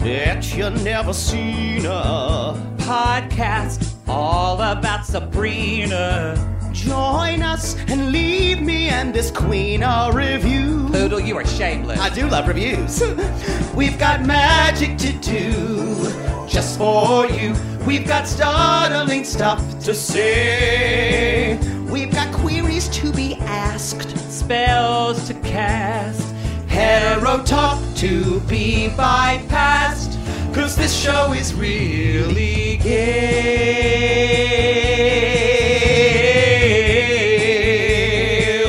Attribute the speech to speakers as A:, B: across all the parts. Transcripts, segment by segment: A: that you never seen her.
B: Podcast all about Sabrina.
A: Join us and leave me and this queen a review.
B: Poodle, you are shameless.
A: I do love reviews. We've got magic to do just for you. We've got startling stuff to say. We've got queries to be asked.
B: Spells to cast.
A: Hero talk to be bypassed. Cause this show is really gay.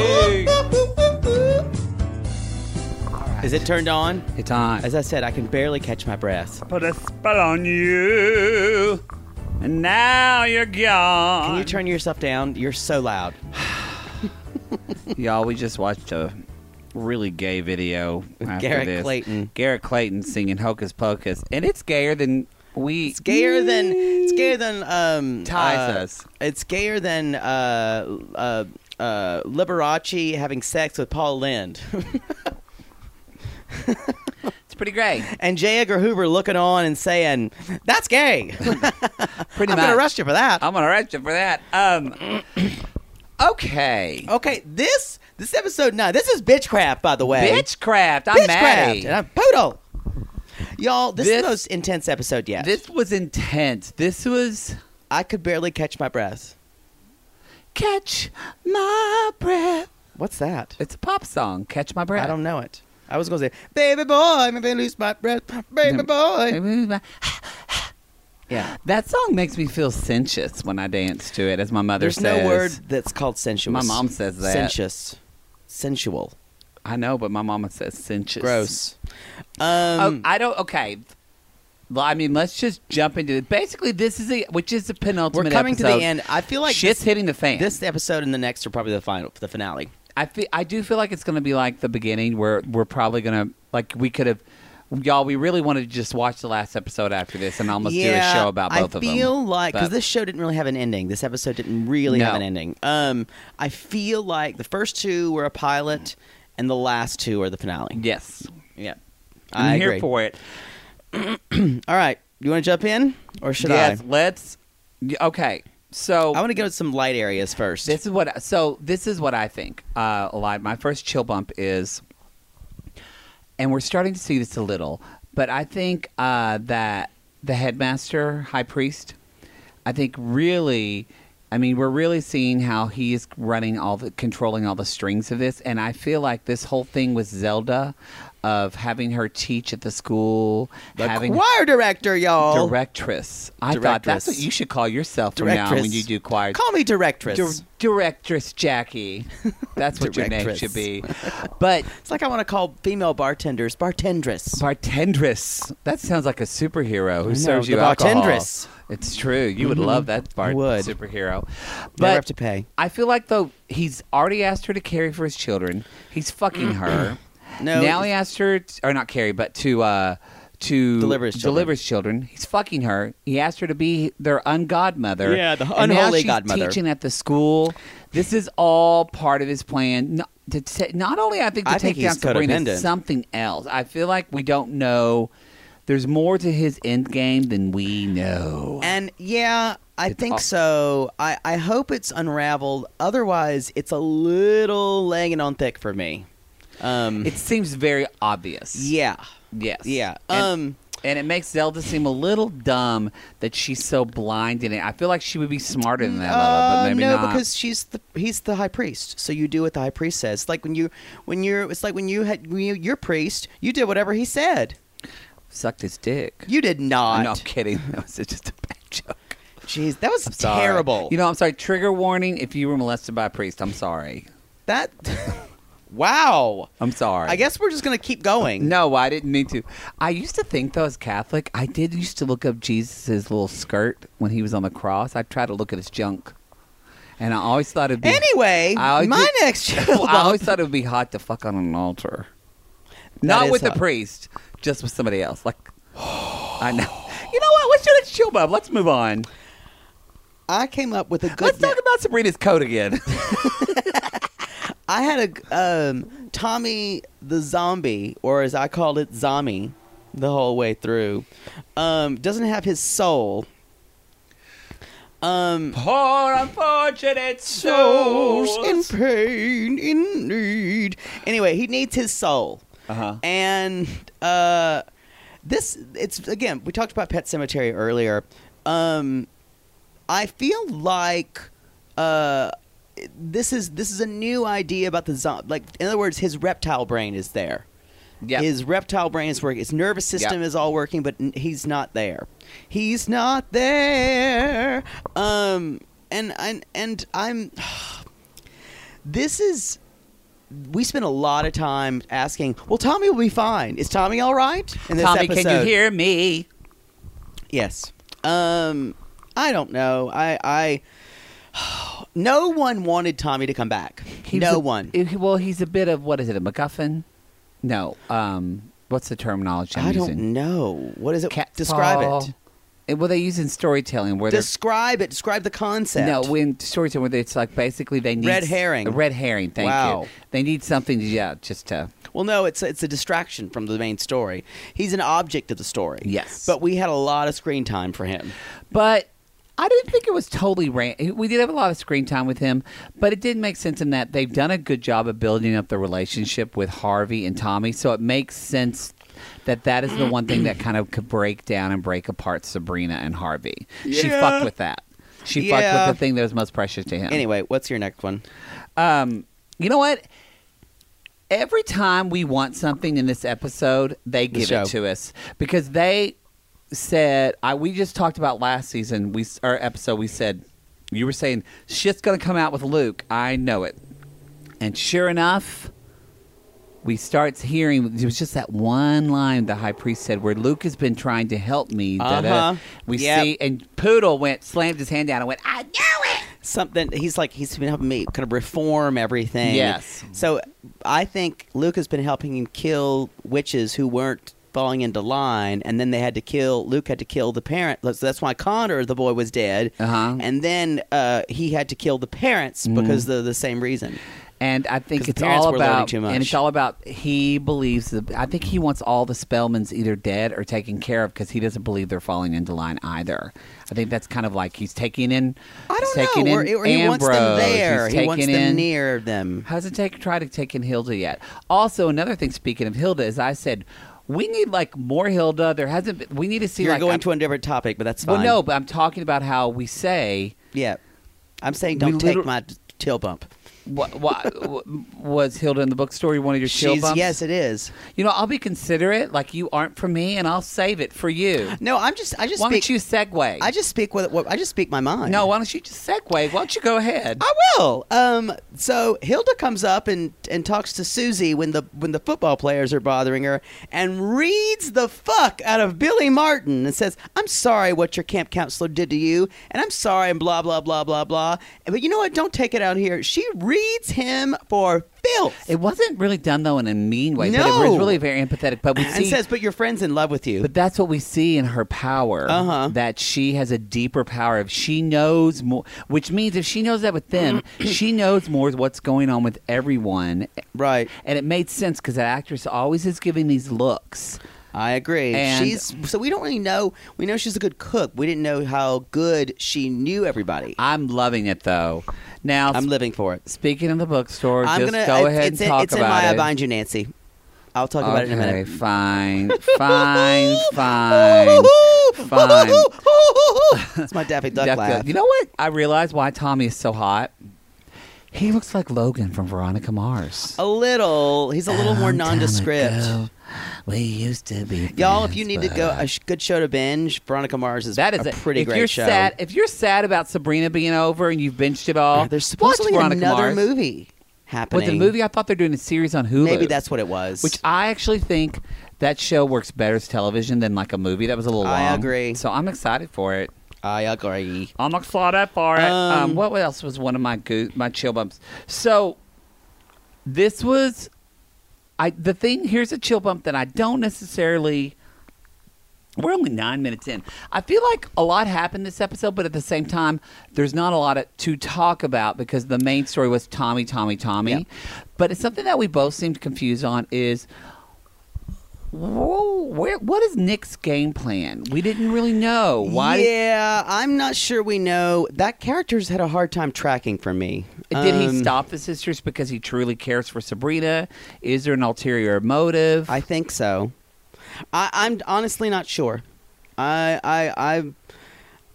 A: Is it turned on?
B: It's on.
A: As I said, I can barely catch my breath.
B: put a spell on you, and now you're gone.
A: Can you turn yourself down? You're so loud.
B: Y'all, we just watched a really gay video. After
A: Garrett
B: this.
A: Clayton.
B: Garrett Clayton singing Hocus Pocus, and it's gayer than we.
A: It's gayer than it's gayer than um
B: Ties
A: uh,
B: us.
A: It's gayer than uh uh uh Liberace having sex with Paul Lind
B: It's pretty great.
A: and J. Edgar Hoover looking on and saying, That's gay.
B: Pretty
A: I'm
B: much.
A: gonna arrest you for that.
B: I'm gonna arrest you for that. Um. okay.
A: okay, this this episode nine. This is bitchcraft, by the way.
B: Bitchcraft. I'm
A: bitchcraft. And
B: mad.
A: I'm poodle. Y'all, this, is
B: This-
A: the most intense episode yet.
B: This was intense. This was
A: I could barely catch my breath.
B: catch my breath.
A: What's that?
B: It's a pop song. Catch my breath.
A: I don't know it. I was gonna say, baby boy, maybe lose my breath, baby boy.
B: know.
A: Yeah.
B: That song makes me feel sensuous when I dance to it, as my mother
A: There's
B: says.
A: no word that's called sensuous.
B: My mom says that.
A: Sensuous. Sensual.
B: I know, but my mama says sensuous.
A: Gross.
B: Oh,
A: Um,
B: I don't. Okay. Well, I mean, let's just jump into it. Basically, this is the which is the penultimate.
A: we're coming to the
B: episode.
A: end. I feel like
B: Shit's
A: this,
B: hitting the fan.
A: this episode and the next are probably the final, the finale.
B: I feel, I do feel like it's going to be like the beginning where we're probably going to like we could have y'all we really wanted to just watch the last episode after this and almost
A: yeah,
B: do a show about both
A: I
B: of them.
A: feel like because
B: But-
A: this show didn't really have an ending. This episode didn't really have
B: No.
A: an ending. Um, I feel like the first two were a pilot, and the last two are the finale.
B: yes.
A: Yeah,
B: I'm
A: I
B: here
A: agree.
B: for it.
A: All right, you want to jump in, or should
B: yes,
A: I?
B: let's y- Okay. So
A: I want to go to some light areas first.
B: This is what. So this is what I think. Uh, a lot. My first chill bump is, and we're starting to see this a little, but I think uh, that the headmaster, high priest, I think really. I mean, we're really seeing how he is running all the, controlling all the strings of this, and I feel like this whole thing with Zelda, of having her teach at the school,
A: the
B: having
A: choir director, y'all.
B: directress. I thought that's
A: Oh. Directress.
B: what you should call yourself from now when
A: Directress.
B: you do choir.
A: Call me directress.
B: Dir- directress Jackie. That's what your name
A: Directress.
B: should be. But
A: it's like I want to call female bartenders bartendress.
B: bartendress. That sounds like a superhero who
A: know,
B: serves
A: the
B: you
A: bartendress.
B: alcohol. It's true. You would love that bar
A: I would.
B: superhero.
A: Never have
B: But
A: to pay.
B: I feel like though he's already asked her to carry for his children. He's fucking her.
A: No,
B: Now he asked her, t- or not carry, but to uh, to
A: Deliver his children.
B: deliver his children. He's fucking her. He asked her to be their ungodmother.
A: Yeah, the
B: and now
A: unholy
B: she's
A: godmother.
B: Teaching at the school. This is all part of his plan. Not, to ta- not only I think to
A: I
B: take
A: think
B: down
A: he's
B: Sabrina,
A: codependent.
B: something else. I feel like we don't know. There's more to his end game than we know.
A: And yeah, I
B: It's
A: think
B: awful.
A: so. I, I hope it's unraveled. Otherwise, it's a little laying on thick for me. Um,
B: It seems very obvious.
A: yeah,
B: Yes.
A: yeah.
B: And-
A: Um,
B: And it makes Zelda seem a little dumb that she's so blind in it. I feel like she would be smarter than that, Lola, but
A: uh,
B: maybe
A: no,
B: not.
A: because she's the he's the high priest. So you do what the high priest says. It's Like when you when you're it's like when you had when you, your priest, you did whatever he said.
B: sucked his dick.
A: You did not.
B: no, I'm kidding. That was just a bad joke.
A: Jeez, that was
B: Sorry.
A: terrible.
B: You know, I'm sorry. Trigger warning: if you were molested by a priest, I'm sorry.
A: that. wow.
B: I'm sorry.
A: I guess we're just gonna keep going.
B: No, I didn't need to. I used to think, though, as Catholic, I did used to look up Jesus' little skirt when he was on the cross. I tried to look at his junk, and I always thought it'd be.
A: Anyway,
B: I always
A: my
B: did-
A: next show.
B: I always thought it would be hot to fuck on an altar. Not
A: is
B: with the
A: hot.
B: priest, just with somebody else. Like, I know. You know what? Let's do this chill, Bob. Let's move on.
A: I came up with a good.
B: Let's
A: na-
B: talk about Sabrina's coat again.
A: I had a um, Tommy the zombie, or as I called it, zombie. the whole way through. Um, doesn't have his soul. Um,
B: Poor unfortunate
A: souls
B: souls.
A: in pain, in need. Anyway, he needs his soul.
B: Uh-huh.
A: And uh, this, it's again, we talked about Pet Cemetery earlier. Um, I feel like uh, this is this is a new idea about the zombie. Like, in other words, his reptile brain is there.
B: Yeah.
A: His reptile brain is working. His nervous system
B: Yeah.
A: is all working, but n- he's not there. He's not there. Um, and and and I'm. This is. We spent a lot of time asking. Well, Tommy will be fine. Is Tommy all right? In this
B: Tommy, can you
A: episode.
B: hear me?
A: Yes. Um, I don't know. I I. No one wanted Tommy to come back.
B: He's
A: no
B: a-
A: one.
B: eh, Well, he's a bit of what is it? A MacGuffin? No. Um, what's the terminology I'm
A: I don't
B: using?
A: know. What is it?
B: Cat
A: Describe it.
B: Well, they use in storytelling where there's
A: Describe it. Describe the concept.
B: no when storytelling where it's like basically they need
A: Red herring.
B: A red herring. Thank
A: Wow.
B: you. They need something. To, yeah, just to
A: Well, no, it's it's a distraction from the main story. He's an object of the story.
B: Yes.
A: But we had a lot of screen time for him.
B: But I didn't think it was totally ran. We did have a lot of screen time with him, but it did make sense in that they've done a good job of building up the relationship with Harvey and Tommy. So it makes sense that that is the one thing that kind of could break down and break apart Sabrina and Harvey. She
A: Yeah.
B: fucked with that. She
A: Yeah.
B: fucked with the thing that was most precious to him.
A: Anyway, what's your next one?
B: Um, you know what? Every time we want something in this episode, they give
A: show.
B: it to us because they said I. We just talked about last season. We our episode. We said you were saying shit's gonna come out with Luke. I know it, and sure enough. We starts hearing it was just that one line the high priest said where Luke has been trying to help me. da, da.
A: Uh-huh.
B: We
A: Yep.
B: see and Poodle went slammed his hand down and went, I knew it.
A: Something he's like he's been helping me kind of reform everything.
B: Yes.
A: So I think Luke has been helping him kill witches who weren't falling into line, and then they had to kill Luke had to kill the parent. So that's why Connor, the boy, was dead.
B: Uh-huh. Mm-hmm.
A: And then uh, he had to kill the parents because of the same reason.
B: And I
A: 'Cause
B: think
A: the
B: it's
A: parents
B: all
A: were learning
B: about,
A: too much.
B: and it's all about he believes that I think he wants all the Spellmans either dead or taken care of because he doesn't believe they're falling into line either. I think that's kind of like he's taking in.
A: I
B: he's
A: don't
B: taking
A: know. Or,
B: in
A: or he wants them
B: Ambrose,
A: there.
B: he's
A: He wants
B: taking
A: them
B: in-
A: near them.
B: Hasn't take, tried to take in Hilda yet. Also, another thing. Speaking of Hilda, is I said we need like more Hilda. There hasn't. Been, we need to see.
A: You're
B: like,
A: going
B: I'm-
A: to a different topic, but that's fine.
B: Well, no, but I'm talking about how we say
A: yeah, I'm saying
B: We
A: don't take
B: liter-
A: my t- tail bump.
B: what, what, was Hilda in the bookstore. You wanted your chill
A: She's
B: bumps?
A: yes, it is.
B: You know, I'll be considerate. Like you aren't for me, and I'll save it for you.
A: No, I'm just. I just.
B: Why
A: speak,
B: don't you segue?
A: I just speak with. what- I just speak my mind.
B: no. Why don't you just segue? Why don't you go ahead?
A: I will. Um, so Hilda comes up and, and talks to Susie when the when the football players are bothering her, and reads the fuck out of Billy Martin and says, "I'm sorry what your camp counselor did to you, and I'm sorry and blah blah blah blah blah." But you know what? Don't take it out here. She reads him for filth
B: it wasn't really done though in a mean way, but it
A: No.
B: was really very empathetic. But we
A: and
B: see,
A: says, "But your friend's in love with you."
B: but that's what we see in her power.
A: Uh-huh.
B: That she has a deeper power. If she knows more, which means if she knows that with them, she knows more what's going on with everyone.
A: right.
B: And it made sense because that actress always is giving these looks.
A: I agree.
B: And-
A: she's so we don't really know. We know she's a good cook. We didn't know how good she knew everybody.
B: I'm loving it though. Now
A: I'm living for it.
B: Speaking of the bookstore,
A: I'm
B: just
A: gonna
B: go
A: it's-
B: ahead
A: it's,
B: and talk
A: it's
B: about
A: in my
B: it.
A: I bind you, Nancy. I'll talk about it in a
B: okay,
A: minute.
B: fine, fine, fine, fine.
A: It's my Daffy Duck
B: Duck-
A: laugh.
B: You know what? I realize why Tommy is so hot. He looks like Logan from Veronica Mars.
A: a little. He's a little more
B: Long time
A: nondescript.
B: ago, we used to be
A: Y'all, if
B: friends,
A: you need to
B: but-
A: go, a sh- good show to binge. Veronica Mars is
B: That is
A: a pretty
B: if
A: great
B: you're
A: show.
B: Sad, if you're sad about Sabrina being over and you've binged it all,
A: There's supposedly
B: watch Veronica
A: another
B: Mars.
A: movie happening.
B: With the movie, I thought they're doing a series on Hulu.
A: maybe that's what it was.
B: Which I actually think that show works better as television than like a movie that was a little long.
A: I agree.
B: So I'm excited for it.
A: I agree.
B: I'm excited for it. Um,
A: Um,
B: what else was one of my goo my chill bumps? So this was I the thing here's a chill bump that I don't necessarily we're only nine minutes in. I feel like a lot happened this episode, but at the same time, there's not a lot to talk about because the main story was Tommy, Tommy, Tommy.
A: Yep.
B: But it's something that we both seemed confused on is Whoa, where, what is Nick's game plan? We didn't really know. Why
A: Yeah, I'm not sure we know. That character's had a hard time tracking for me.
B: did he
A: Um,
B: stop the sisters because he truly cares for Sabrina? Is there an ulterior motive?
A: I think so. I, I'm honestly not sure. I I I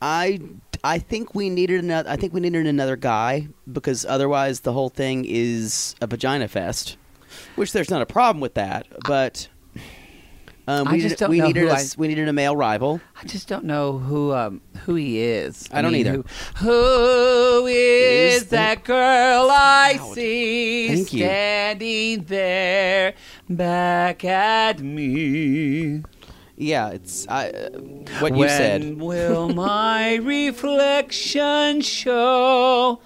A: I I think we needed another. I think we needed another guy because otherwise the whole thing is a vagina fest. Which there's not a problem with that, but um,
B: I
A: we,
B: just
A: needed,
B: don't
A: we
B: know
A: needed
B: who
A: a,
B: I-
A: we needed a male rival.
B: I just don't know who um, who he is.
A: I don't either.
B: Who, who is,
A: Is the-
B: that girl I
A: Loud.
B: see
A: Thank you.
B: standing there back at me?
A: Yeah, it's I, uh, what you
B: when
A: said.
B: will my reflection show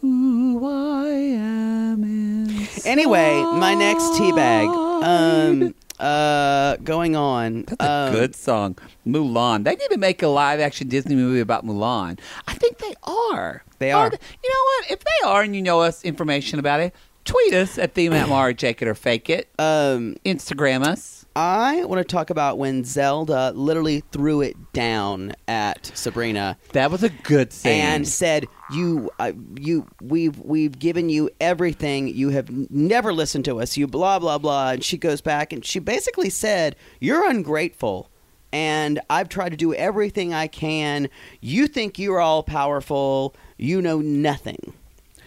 B: who I am? Inside?
A: Anyway, my next teabag. Um, uh, going on.
B: That's a
A: um,
B: good song, Mulan. They need to make a live-action Disney movie about Mulan. I think they are.
A: They are.
B: th- you know what? If they are, and you know us information about it, tweet us at the Matt Mara Jake it or fake it.
A: Um,
B: Instagram us.
A: I want to talk about when Zelda literally threw it down at Sabrina
B: That was a good scene.
A: and said, "You, uh, you, we've we've given you everything. You have n- never listened to us. You blah blah blah." And she goes back and she basically said, "You're ungrateful." And I've tried to do everything I can. You think you're all powerful. You know nothing.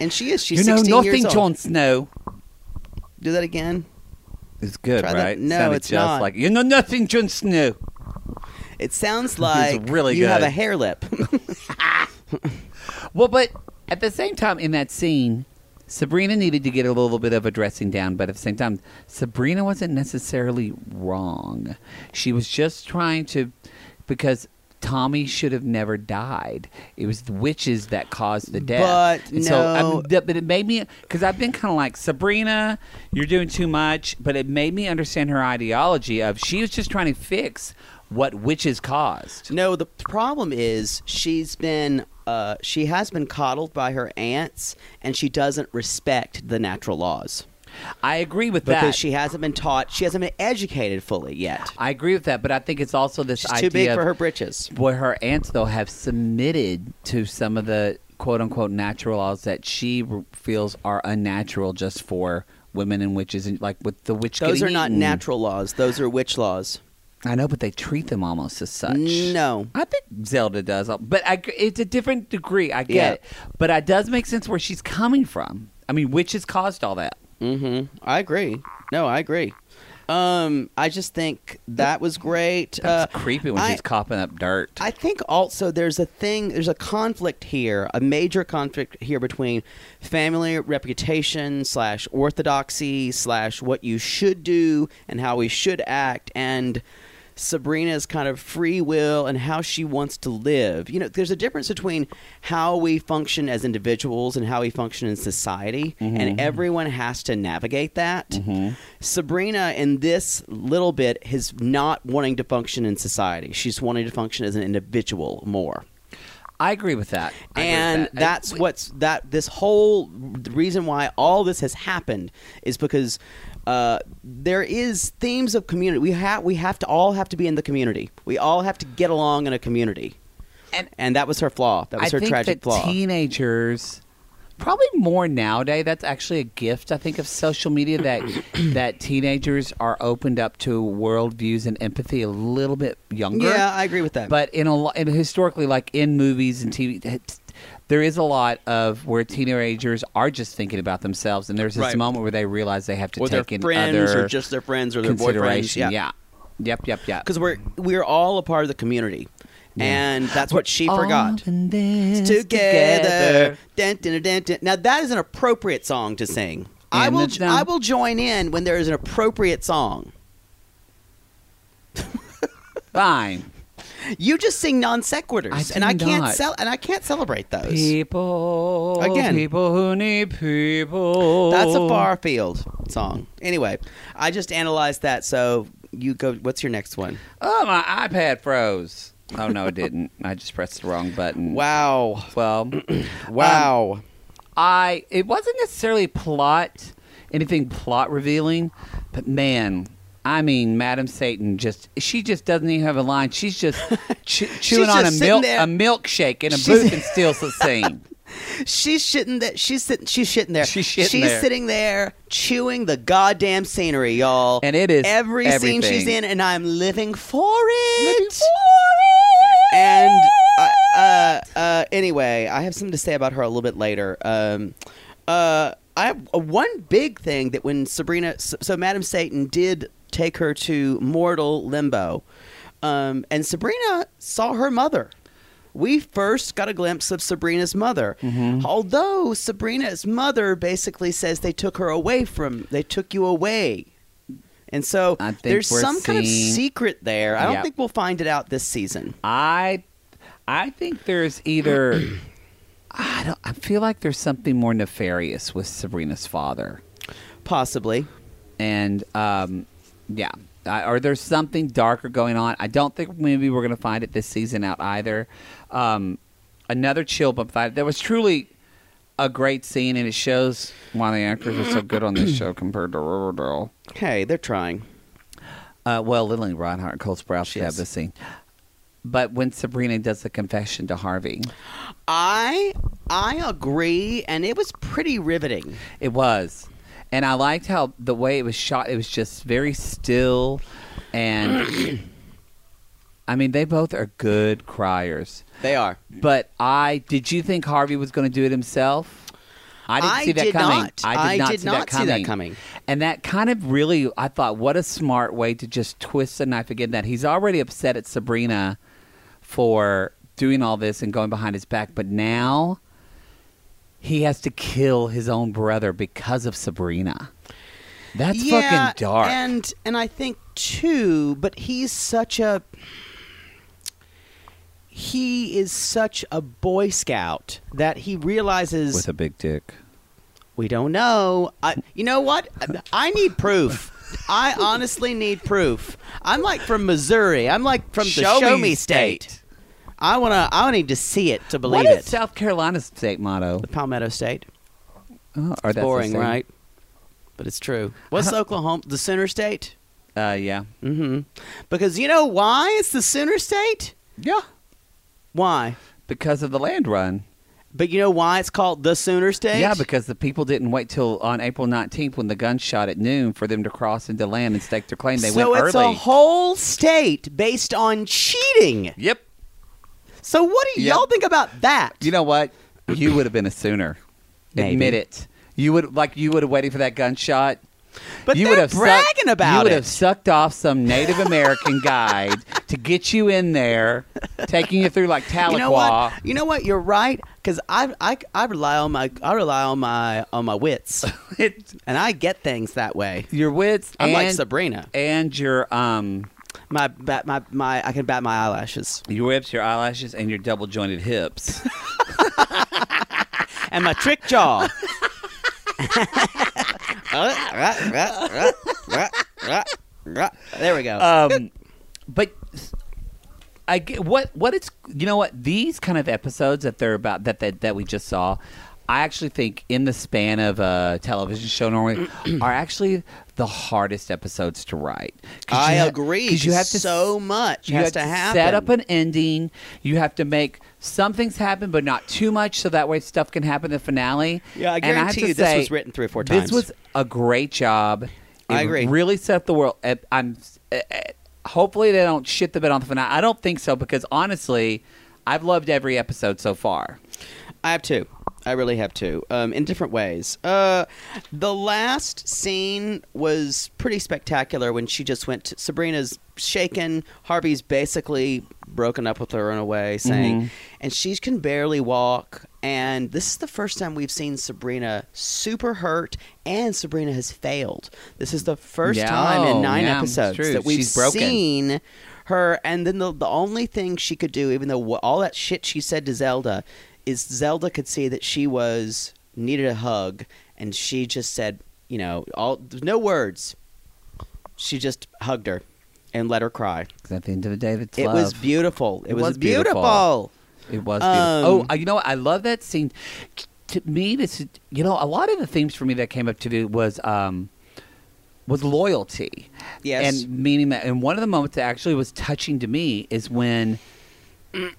A: And she is. She's
B: you know
A: 16
B: nothing,
A: years old.
B: Jon Snow.
A: Do that again.
B: It's good,
A: Try that-
B: right?
A: no,
B: Sounded
A: it's
B: just
A: not.
B: like you know nothing, Jon Snow.
A: It sounds like
B: really
A: you have
B: good.
A: a hair lip.
B: Well, but at the same time, in that scene, Sabrina needed to get a little bit of a dressing down, but at the same time, Sabrina wasn't necessarily wrong. She was just trying to, because Tommy should have never died. It was the witches that caused the death.
A: But
B: And so, I'm-
A: no-
B: th- but it made me because I've been kind of like Sabrina, you're doing too much. But it made me understand her ideology of she was just trying to fix what witches caused.
A: No, the problem is she's been uh, she has been coddled by her aunts, and she doesn't respect the natural laws
B: I agree with
A: because
B: that.
A: she hasn't been taught, she hasn't been educated fully yet.
B: I agree with that, but I think it's also this
A: She's
B: idea
A: too big
B: of
A: for her britches.
B: where her aunts though have submitted to some of the quote unquote natural laws that she r- feels are unnatural just for women and witches, and like with the witch.
A: Those are
B: getting
A: not
B: eaten.
A: natural laws; those are witch laws.
B: I know, but they treat them almost as such.
A: No.
B: I think Zelda does, but I, it's a different degree. I get
A: Yeah.
B: it, but it does make sense where she's coming from. I mean, witches caused all that.
A: Mm-hmm. I agree. No, I agree. Um, I just think that was great.
B: That's
A: uh,
B: creepy when
A: I-
B: she's coughing up dirt.
A: I think also there's a thing, there's a conflict here, a major conflict here between family reputation slash orthodoxy slash what you should do and how we should act and Sabrina's kind of free will and how she wants to live. You know, there's a difference between how we function as individuals and how we function in society,
B: Mm-hmm.
A: and everyone has to navigate that. Sabrina, in this little bit, is not wanting to function in society. She's wanting to function as an individual more.
B: I agree with that. I agree with
A: and
B: that. I-
A: that's what's that this whole reason why all this has happened is because uh, there is themes of community. We have we have to all have to be in the community. We all have to get along in a community.
B: And-
A: and that was her flaw. That was
B: I
A: her
B: think
A: tragic
B: that
A: flaw.
B: Teenagers, probably more nowadays. That's actually a gift I think of social media that that teenagers are opened up to worldviews and empathy a little bit younger.
A: yeah, I agree with that.
B: But in a lo- and historically, like in movies and TV, it's- there is a lot of where teenagers are just thinking about themselves, and there's this
A: Right.
B: moment where they realize they have to
A: or their
B: take in
A: friends,
B: other
A: or just their friends, or their boyfriends.
B: consideration. yeah. Yep. Yep. Yep.
A: because we're we're all a part of the community, and that's what she forgot.
B: All in this
A: Together, Dun, dun, dun, dun. now that is an appropriate song to sing. I
B: And
A: will
B: it's
A: I
B: done.
A: will join in when there is an appropriate song.
B: Fine.
A: You just sing non sequiturs,
B: I
A: and I
B: do
A: can't
B: not.
A: sell and I can't celebrate those.
B: People
A: Again.
B: people who need people.
A: That's a far field song. Anyway, I just analyzed that. So you go. What's your next one?
B: Oh, my iPad froze. Oh no, it didn't. I just pressed the wrong button.
A: Wow,
B: Well, um,
A: wow.
B: I it wasn't necessarily plot anything plot revealing, but man, I mean, Madam Satan just she just doesn't even have a line. She's just chew chewing on
A: just
B: a
A: sitting
B: milk
A: there.
B: a milkshake in a
A: She's-
B: booth and steals the scene.
A: She's shitting that she's sitting she's shitting there.
B: She's shitting there.
A: sitting there chewing the goddamn scenery, y'all.
B: And it is
A: every scene she's
B: everything.
A: in, and I'm living for it.
B: Living for
A: And uh, uh, uh, anyway, I have something to say about her a little bit later. Um, uh, I have uh, one big thing that when Sabrina, so, so Madam Satan did take her to mortal limbo, um, and Sabrina saw her mother. We first got a glimpse of Sabrina's mother.
B: Mm-hmm.
A: Although Sabrina's mother basically says they took her away from, they took you away. And so
B: I think
A: there's
B: we're
A: some kind of
B: seeing-
A: secret there. I don't
B: Yeah.
A: think we'll find it out this season.
B: I I think there's either I don't I feel like there's something more nefarious with Sabrina's father.
A: Possibly.
B: and um, yeah, I, or there's something darker going on. I don't think maybe we're going to find it this season out either. Um, another chill bump fight. That was truly a great scene, and it shows why the actors are so good on this show compared to Riverdale.
A: Hey, they're trying.
B: Uh, well, Lily Reinhart and Cole Sprouse
A: Yes.
B: have the scene. But when Sabrina does the confession to Harvey,
A: I I agree, and it was pretty riveting.
B: it was. And I liked how the way it was shot, it was just very still. And I mean, they both are good criers.
A: They are.
B: But I did you think Harvey was going to do it himself? I didn't
A: I
B: see that
A: did
B: coming.
A: not.
B: I did
A: I
B: not,
A: did
B: see,
A: not
B: that
A: see
B: coming.
A: that coming.
B: And that kind of really, I thought, what a smart way to just twist the knife again. That he's already upset at Sabrina for doing all this and going behind his back, but now he has to kill his own brother because of Sabrina. That's
A: yeah,
B: fucking dark.
A: And and I think too, but he's such a he is such a boy scout that he realizes
B: with a big dick.
A: we don't know. I, you know what? I need proof. I honestly need proof. I'm like from Missouri. I'm like from the
B: Show me
A: Show Me State.
B: state.
A: I wanna. I need to see it to believe
B: what is
A: it.
B: South Carolina's state motto?
A: Palmetto State.
B: Oh, or that's
A: It's
B: the
A: boring,
B: same.
A: right? But it's true. What's Oklahoma? The center state?
B: Uh, yeah.
A: Mm-hmm. Because you know why it's the center state?
B: Yeah.
A: Why?
B: Because of the land run.
A: But you know why it's called the Sooner State?
B: Yeah, because the people didn't wait till on April 19th when the gun shot at noon for them to cross into land and stake their claim. They
A: so
B: went
A: it's
B: early.
A: a whole state based on cheating.
B: yep.
A: So what do
B: Yeah.
A: y'all think about that?
B: You know what? You would have been a sooner.
A: Maybe.
B: Admit it. You would like you would have waited for that gunshot.
A: but
B: you
A: they're
B: would have
A: bragging
B: sucked, You
A: about
B: would
A: it.
B: have sucked off some Native American guide to get you in there, taking you through like Tahlequah.
A: you know what? You know what? You're right. Because I, I, I rely on my I rely on my on my wits,
B: It-
A: and I get things that way.
B: your wits
A: I'm like
B: and-
A: Sabrina.
B: and your um
A: My bat, my my I can bat my eyelashes.
B: your whips, your eyelashes, and your double jointed hips.
A: and my trick jaw. there we go.
B: um, but I get what what it's you know what these kind of episodes that they're about that that, that we just saw. I actually think in the span of a television show normally are actually the hardest episodes to write. 'Cause
A: I
B: you ha-
A: agree.
B: 'cause you have to
A: so much
B: you
A: has
B: have
A: to happen.
B: set up an ending. You have to make some things happen, but not too much, so that way stuff can happen in the finale.
A: Yeah, I
B: And have
A: guarantee
B: to
A: you this
B: say,
A: was written three or four times.
B: This was a great job. It
A: I agree.
B: Really set up the world. Uh, I'm. uh, uh, Hopefully they don't shit the bed on the finale. I don't think so because honestly, I've loved every episode so far.
A: I have two. I really have two, um, in different ways. Uh, the last scene was pretty spectacular when she just went. To, Sabrina's shaken. Harvey's basically broken up with her in a way,
B: Mm-hmm.
A: saying, and she can barely walk. And this is the first time we've seen Sabrina super hurt, and Sabrina has failed. This is the first
B: Yeah. Oh,
A: time in nine
B: Yeah, it's
A: episodes
B: true.
A: that we've
B: She's broken.
A: seen her. And then the, the only thing she could do, even though wh- all that shit she said to Zelda, is Zelda could see that she was needed a hug, and she just said, you know, all no words. She just hugged her and let her cry.
B: 'Cause at the end of the day, it's
A: It
B: love.
A: was beautiful. It,
B: It
A: was,
B: was beautiful.
A: beautiful.
B: It was
A: Um,
B: beautiful. Oh, uh, you know what? I love that scene. T- To me, this is- you know a lot of the themes for me that came up to do was um, was loyalty.
A: Yes.
B: And meaning that, and one of the moments that actually was touching to me is when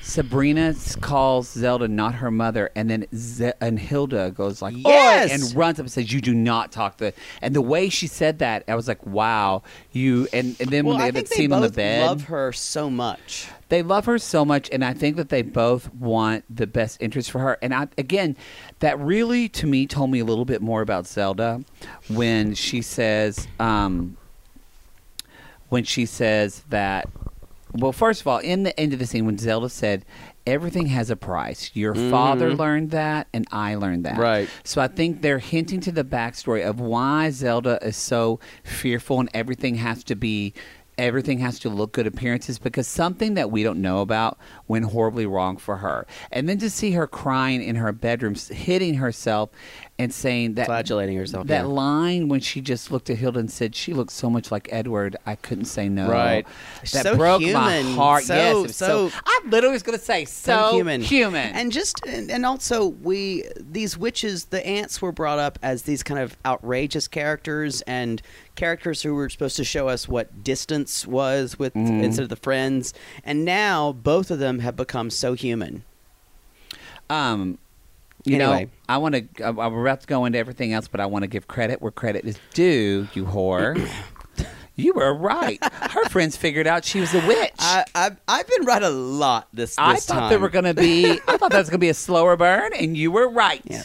B: Sabrina s- calls Zelda not her mother, and then Ze- and Hilda goes like, "Oi,"
A: Yes!
B: and runs up and says, "You do not talk the." And the way she said that, I was like, "Wow, you." And, and then
A: Well,
B: when
A: I
B: they had
A: think
B: that
A: they
B: scene on the
A: both
B: bed,
A: love her so much.
B: they love her so much and i think that they both want the best interest for her and I, again that really to me told me a little bit more about zelda when she says um, when she says that well first of all in the end of the scene when zelda said everything has a price your father learned that and i learned that
A: Right.
B: so i think they're hinting to the backstory of why zelda is so fearful and everything has to be everything has to look good appearances because something that we don't know about went horribly wrong for her and then to see her crying in her bedroom s- hitting herself and saying that
A: Flagellating herself,
B: that
A: yeah.
B: line when she just looked at Hilda and said, "She looked so much like Edward, I couldn't say no."
A: Right.
B: That
A: So
B: broke my
A: human.
B: heart.
A: So-
B: yes, it was
A: so-
B: so, I literally was going to say so,
A: human,
B: human.
A: and just and, and also we these witches, the ants were brought up as these kind of outrageous characters and characters who were supposed to show us what distance was with instead of the friends, and now both of them have become so human.
B: um, you
A: Anyway.
B: know, I want to. I'm about to go into everything else, but I want to give credit where credit is due. You whore. you were right. Her friends figured out she was a witch.
A: I, I've I've been right a lot this.
B: I
A: this
B: thought
A: time.
B: they were going to be. I thought that was going to be a slower burn, and you were right.
A: Yeah.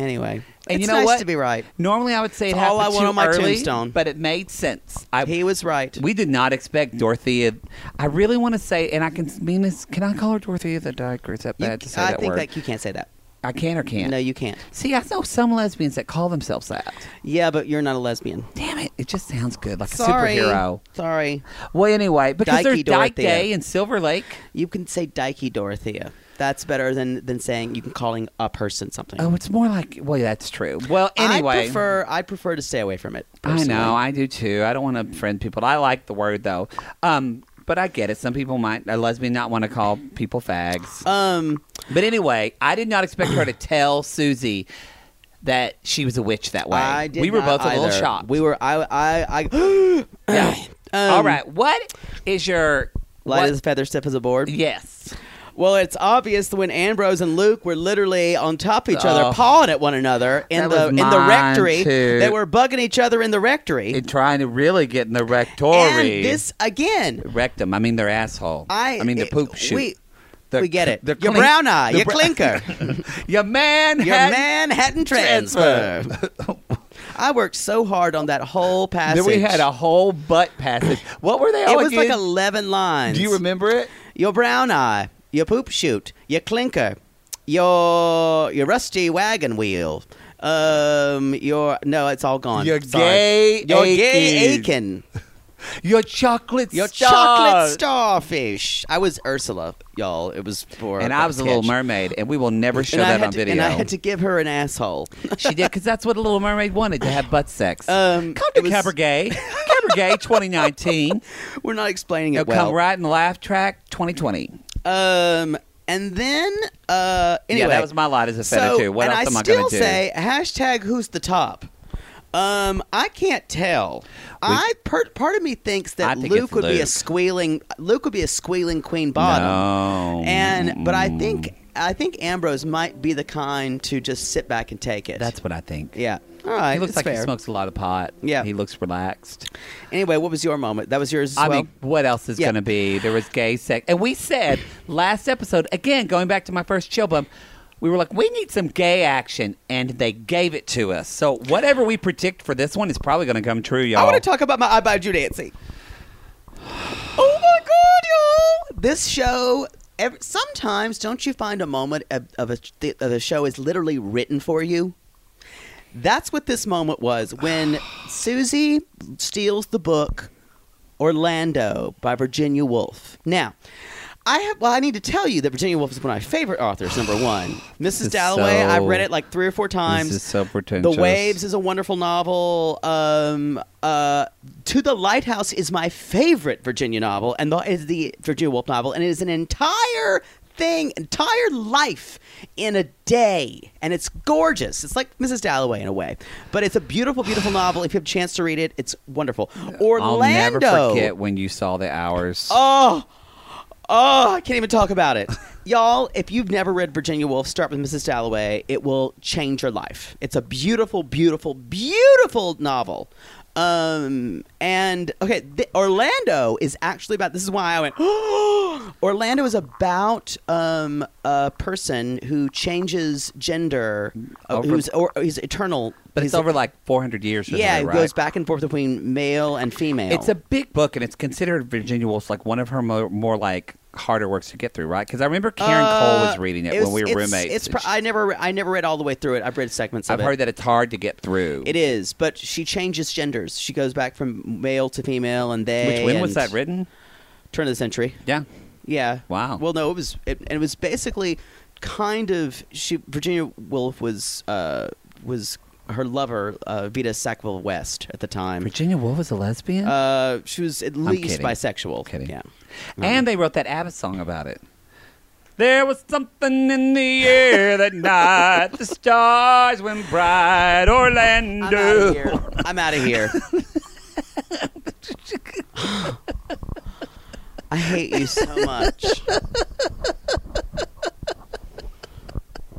A: Anyway,
B: And
A: it's
B: you know
A: nice
B: what?
A: to be right.
B: Normally, I would say it
A: It's all
B: happened
A: I want
B: too
A: on my
B: early,
A: tombstone.
B: but it made sense. I,
A: He was right.
B: We did not expect Dorothea. I really want to say, and I can mean this. Can I call her Dorothea the Dyke, or is that
A: You-
B: bad to say
A: I
B: that
A: think
B: word?
A: that you can't say that.
B: I can or can't.
A: No, you can't.
B: See, I know some lesbians that call themselves that.
A: Yeah, but you're not a lesbian.
B: Damn it! It just sounds good, like
A: Sorry.
B: a superhero.
A: Sorry.
B: Well, anyway, because
A: Dykey
B: there's Dyke
A: Dorothea.
B: Day in Silver Lake.
A: You can say Dikey Dorothea. That's better than, than saying you can calling a person something.
B: Oh, it's more like. Well, that's true. Well, anyway,
A: I prefer I prefer to stay away from it.
B: I
A: personally.
B: know, I do too. I don't want to offend people. I like the word though. Um, but I get it. Some people might a lesbian not want to call people fags.
A: um,
B: but anyway, I did not expect her to tell Susie that she was a witch that way.
A: I did.
B: we were
A: not
B: both a
A: either.
B: little shocked.
A: We were. I. I. I
B: Yeah.
A: Um,
B: All right. What is your
A: light
B: what-
A: as a feather, stiff as a board.
B: Yes.
A: Well, it's obvious when Ambrose and Luke were literally on top of each other,
B: Oh.
A: pawing at one another in
B: That
A: the
B: was
A: in the
B: mine,
A: rectory.
B: too.
A: They were bugging each other in the rectory.
B: And trying to really get in the
A: and
B: rectory.
A: this again.
B: rectum. I mean their asshole.
A: I.
B: I mean the
A: it-
B: poop shoot.
A: We,
B: Their-
A: we get it.
B: their
A: Your
B: clink-
A: brown eye,
B: the
A: your
B: bra-
A: clinker,
B: Your man.
A: your
B: had-
A: Manhattan transfer. I worked so hard on that whole passage.
B: Then we had a whole butt passage. What were they all
A: It was
B: again?
A: like eleven lines.
B: Do you remember it?
A: your brown eye, your poop shoot, your clinker, your your rusty wagon wheel, um, your no, it's all gone.
B: Your
A: Sorry.
B: gay
A: your gay
B: Aiken.
A: Aiken,
B: Your chocolate
A: your
B: star.
A: chocolate starfish. I was Ursula, y'all. It was for
B: And
A: that
B: I was a little
A: sketch.
B: mermaid, and we will never show
A: And I
B: that
A: had
B: on
A: to-
B: video.
A: and I had to give her an asshole.
B: she did because that's what a little mermaid wanted to have butt sex.
A: Um,
B: come
A: it
B: to
A: was-
B: Cabergay, Cabergay 2019.
A: We're not explaining
B: It'll
A: it well.
B: come right in the laugh track 2020.
A: Um, and then uh, anyway,
B: yeah, that was my lot as a feather
A: so,
B: too. What
A: and
B: else
A: I
B: am I
A: still
B: going to do?
A: say hashtag who's the top. Um, I can't tell. I per, part of me thinks
B: I
A: that
B: think
A: Luke
B: it's
A: would be a
B: Luke.
A: squealing Luke would be a squealing queen bottom.
B: No.
A: And but I think I think Ambrose might be the kind to just sit back and take it.
B: that's what I think.
A: yeah. All right.
B: he looks
A: it's
B: like he
A: fair.
B: smokes a lot of pot.
A: Yeah.
B: he looks relaxed.
A: Anyway, what was your moment? That was yours as
B: I
A: well.
B: mean, what else is
A: Yeah.
B: going to be? There was gay sex. And we said last episode, again, going back to my first chill bump, we were like, we need some gay action, and they gave it to us. So whatever we predict for this one is probably going to come true, y'all.
A: I want to talk about my I Buy You Nancy. Oh my God, y'all! This show. ev sometimes, don't you find a moment of, of, a, of a show is literally written for you? That's what this moment was when Susie steals the book Orlando by Virginia Woolf. Now, I have well, I need to tell you that Virginia Woolf is one of my favorite authors, number one. Mrs.
B: is
A: Dalloway, I've
B: so-
A: read it like three or four times.
B: is so
A: The
B: pretentious.
A: Waves is a wonderful novel. Um, uh, to the Lighthouse is my favorite Virginia novel, and the, is the Virginia Woolf novel, and it is an entire thing, entire life in a day. And it's gorgeous. It's like Mrs. Dalloway in a way. But it's a beautiful, beautiful novel. If you have a chance to read it, it's wonderful. Orlando.
B: I'll never forget when you saw the hours.
A: Oh, oh, I can't even talk about it. Y'all, if you've never read Virginia Woolf, start with Mrs. Dalloway. It will change your life. It's a beautiful, beautiful, beautiful novel. Um, and okay, th- Orlando is actually about this is why I went, Orlando is about um, a person who changes gender, uh,
B: Over-
A: who's or, he's eternal,
B: but it's
A: he's-
B: over like 400 years or
A: Yeah,
B: so,
A: it
B: right?
A: goes back and forth between male and female.
B: It's a big book, and it's considered Virginia Woolf's like one of her more, more like harder works to get through, right? Because I remember Karen Cole was
A: Uh,
B: reading it,
A: was-
B: when we were
A: it's-
B: roommates.
A: It's
B: and
A: pro-
B: she-
A: I never I never read all the way through it. I've read segments of
B: I've
A: it.
B: heard that it's hard to get through.
A: it is, but she changes genders. She goes back from male to female, and they.
B: Which when
A: and
B: was that written?
A: Turn of the century.
B: Yeah,
A: Yeah.
B: Wow.
A: Well, no, it was it, and it was basically kind of she Virginia Woolf was uh was her lover uh, Vita Sackville West at the time.
B: Virginia Woolf was a lesbian,
A: Uh, she was at least
B: kidding.
A: bisexual.
B: Kidding.
A: Yeah.
B: and they wrote that ABBA song about it. There was something in the air that night. The stars went bright.
A: I'm out of
B: Orlando.
A: here. I'm out of here. I hate you so much.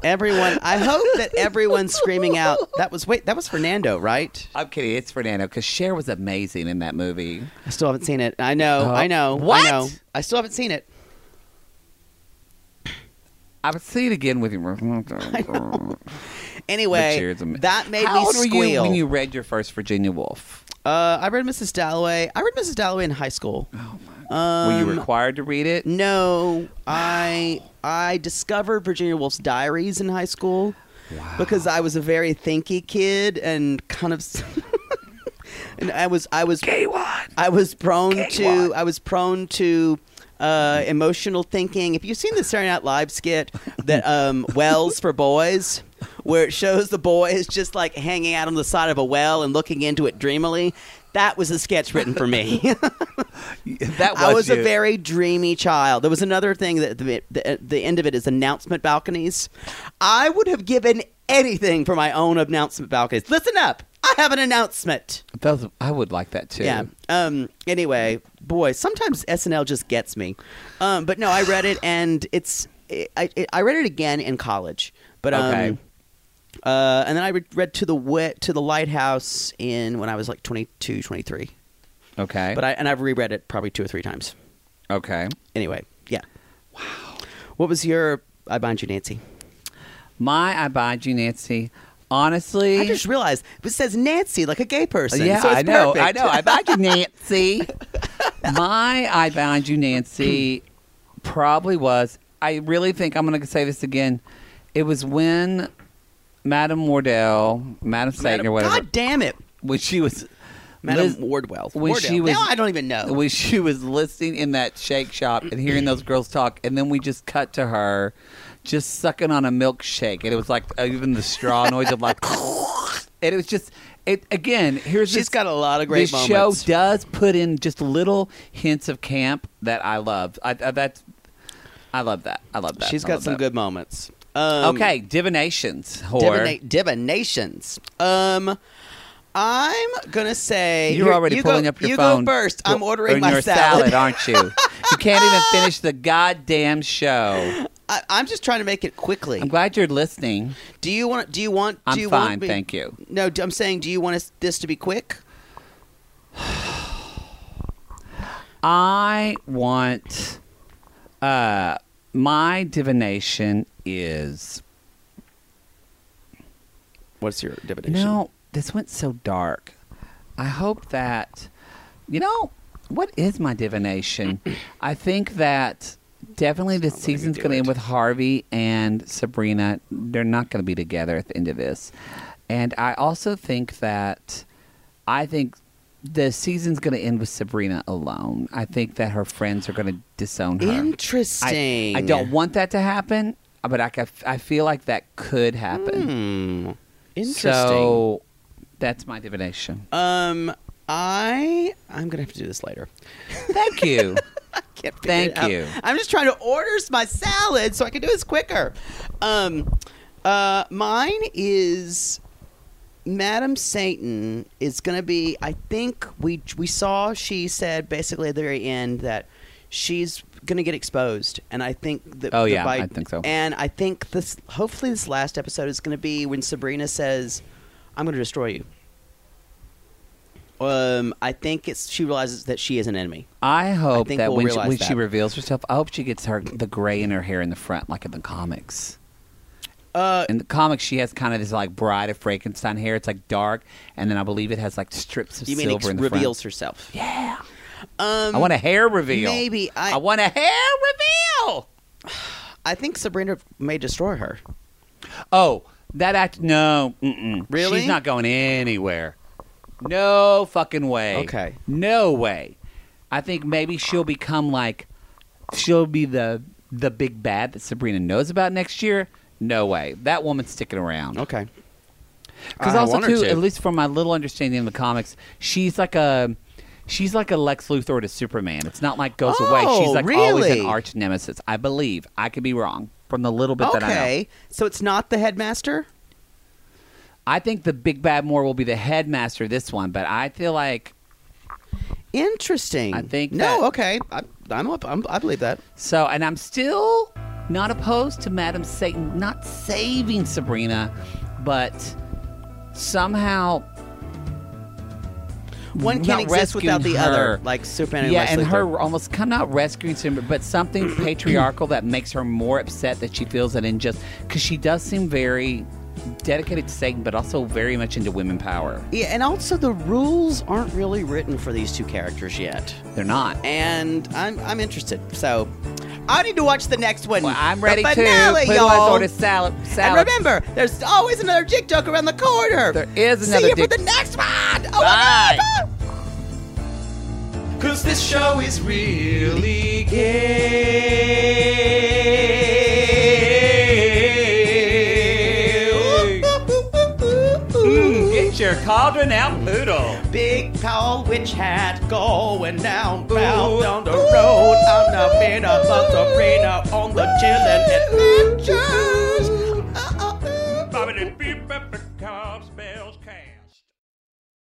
A: Everyone, I hope that everyone's screaming out. That was wait, that was Fernando, right?
B: I'm kidding. It's Fernando because Cher was amazing in that movie.
A: I still haven't seen it. I know,
B: Uh,
A: I know,
B: what?
A: I know. I still haven't seen it.
B: I would see it again with you.
A: Anyway,
B: Cheers, am-
A: that made
B: How
A: me
B: old
A: squeal.
B: were you when you read your first Virginia Woolf?
A: uh, I read Mrs. Dalloway. I read Mrs. Dalloway in high school.
B: were Oh
A: Um,
B: you required to read it?
A: No, I I discovered Virginia Woolf's diaries in high school because I was a very thinky kid and kind of s- and I was I was
B: Gay one.
A: I was prone to
B: one.
A: I was prone to uh, emotional thinking. If you've seen the Saturday Night Live skit that um, Wells for Boys, where it shows the boys just like hanging out on the side of a well and looking into it dreamily, that was a sketch written for me.
B: That was
A: I was a
B: you.
A: very dreamy child. There was another thing that the, the, the end of it is announcement balconies. I would have given anything for my own announcement balconies. Listen up. I have an announcement.
B: Those, I would like that too.
A: Yeah. Um anyway, boy, sometimes SNL just gets me. Um but no, I read it and it's I I, I read it again in college. But um
B: Okay.
A: uh and then I re- read to the wet to the lighthouse in when I was like 22, 23.
B: Okay.
A: But I and I've reread it probably two or three times
B: okay.
A: anyway, yeah. Wow. What was your I bind you, Nancy?
B: My I bind you, Nancy. Honestly,
A: I just realized it says Nancy like a gay person.
B: Eh. yeah,
A: so it's
B: I know,
A: perfect.
B: I know. I bind you, Nancy. My I bind you, Nancy, probably was. I really think I'm going to say this again. It was when Madame Wardell, Madame Satan, or whatever,
A: God damn it,
B: when she was
A: Madam
B: Liz-
A: Wardwell.
B: when
A: Wardell.
B: she was-
A: now I don't even know.
B: when Uh, she was listening in that shake shop and hearing those girls talk, and then we just cut to her just sucking on a milkshake, and it was like uh, even the straw noise of like, and it was just it again. Here's
A: She's
B: this-
A: got a lot of great
B: This
A: moments.
B: show does put in just little hints of camp that I love. I, I that's I love that. I love that.
A: She's
B: I
A: got
B: love
A: some
B: that.
A: good moments. Um,
B: okay, divinations. Whore.
A: divina- divinations. Um, I'm gonna say
B: You're
A: here,
B: already
A: you
B: pulling
A: go,
B: up your
A: you
B: phone.
A: go first. I'm
B: to
A: ordering
B: earn
A: my
B: your salad, aren't you? You can't even finish the goddamn show.
A: I, I'm just trying to make it quickly.
B: I'm glad you're listening.
A: do you want? Do you want?
B: I'm
A: do you
B: fine,
A: want me-
B: thank you.
A: No, d- I'm saying, do you want us, this to be quick?
B: I want uh my divination is
A: What's your divination?
B: no, this went so dark. I hope that you know what is my divination? I think that definitely this
A: Not letting me
B: season's
A: do
B: going to end
A: it.
B: with Harvey and Sabrina. They're not going to be together at the end of this. And I also think that I think the season's going to end with Sabrina alone. I think that her friends are going to disown her. I,
A: Interesting.
B: I don't want that to happen, but I, ca- I feel like that could happen.
A: Hmm. Interesting.
B: So that's my divination.
A: um, I I'm gonna have to do this later.
B: Thank you.
A: Can't figure
B: Thank
A: it out.
B: you.
A: I'm just trying to order my salad so I can do this quicker. Um, uh, mine is Madam Satan is going to be. I think we we saw she said basically at the very end that she's going to get exposed, and I think that.
B: Oh,
A: that
B: yeah, I think so.
A: And I think this. Hopefully, this last episode is going to be when Sabrina says, "I'm going to destroy you." Um, I think it's she realizes that she is an enemy.
B: I hope
A: think
B: that
A: we'll
B: when, she,
A: realize
B: when
A: that.
B: she reveals herself, I hope she gets her the gray in her hair in the front, like in the comics.
A: Uh,
B: In the comics, she has kind of this like Bride of Frankenstein hair. It's like dark, and then I believe it has like strips of
A: you mean
B: silver
A: it
B: in the
A: reveals
B: front.
A: herself?
B: Yeah,
A: Um,
B: I want a hair reveal.
A: maybe I-
B: I want a hair reveal.
A: I think Sabrina may destroy her.
B: Oh, that act? No, mm-mm.
A: Really?
B: she's not going anywhere. No fucking way.
A: Okay.
B: no way. I think maybe she'll become like she'll be the the big bad that Sabrina knows about next year. No way. That woman's sticking around.
A: Okay.
B: Because
A: I
B: also
A: want her
B: too,
A: to.
B: at least from my little understanding of the comics, she's like a she's like a Lex Luthor to Superman. It's not like goes away.
A: Oh,
B: She's like always
A: really?
B: an arch nemesis. I believe. I could be wrong from the little bit that I know.
A: okay. So it's not the headmaster?
B: I think the big bad Moore will be the headmaster this one, but I feel like
A: Interesting.
B: I think
A: No,
B: that-
A: okay. I, I'm, up, I'm I believe that.
B: so, and I'm still not opposed to Madam Satan not saving Sabrina, but somehow
A: One
B: Not
A: can't exist without the
B: rescuing
A: other,
B: her.
A: like Superman and
B: yeah,
A: Lex
B: and
A: Luthor.
B: her almost come not rescuing Sabrina, but something patriarchal that makes her more upset that she feels that in just because she does seem very dedicated to Satan, but also very much into women power.
A: Yeah, and also the rules aren't really written for these two characters yet.
B: They're not.
A: And I'm, I'm interested. So I need to watch the next one.
B: Well, I'm ready
A: the finale,
B: to. Please
A: y'all.
B: order salad.
A: And
B: salad.
A: remember, there's always another Dick Duck around the corner.
B: There is
A: See
B: another
A: you
B: Dick-
A: for the next one. Oh,
B: Bye.
A: my God.
C: Cause this show is really gay.
B: Mm. Get your cauldron out, poodle.
C: Big tall witch hat going down,
A: Ooh.
C: bound down the road. I'm not afraid of Sabrina on the chillin' adventures. uh,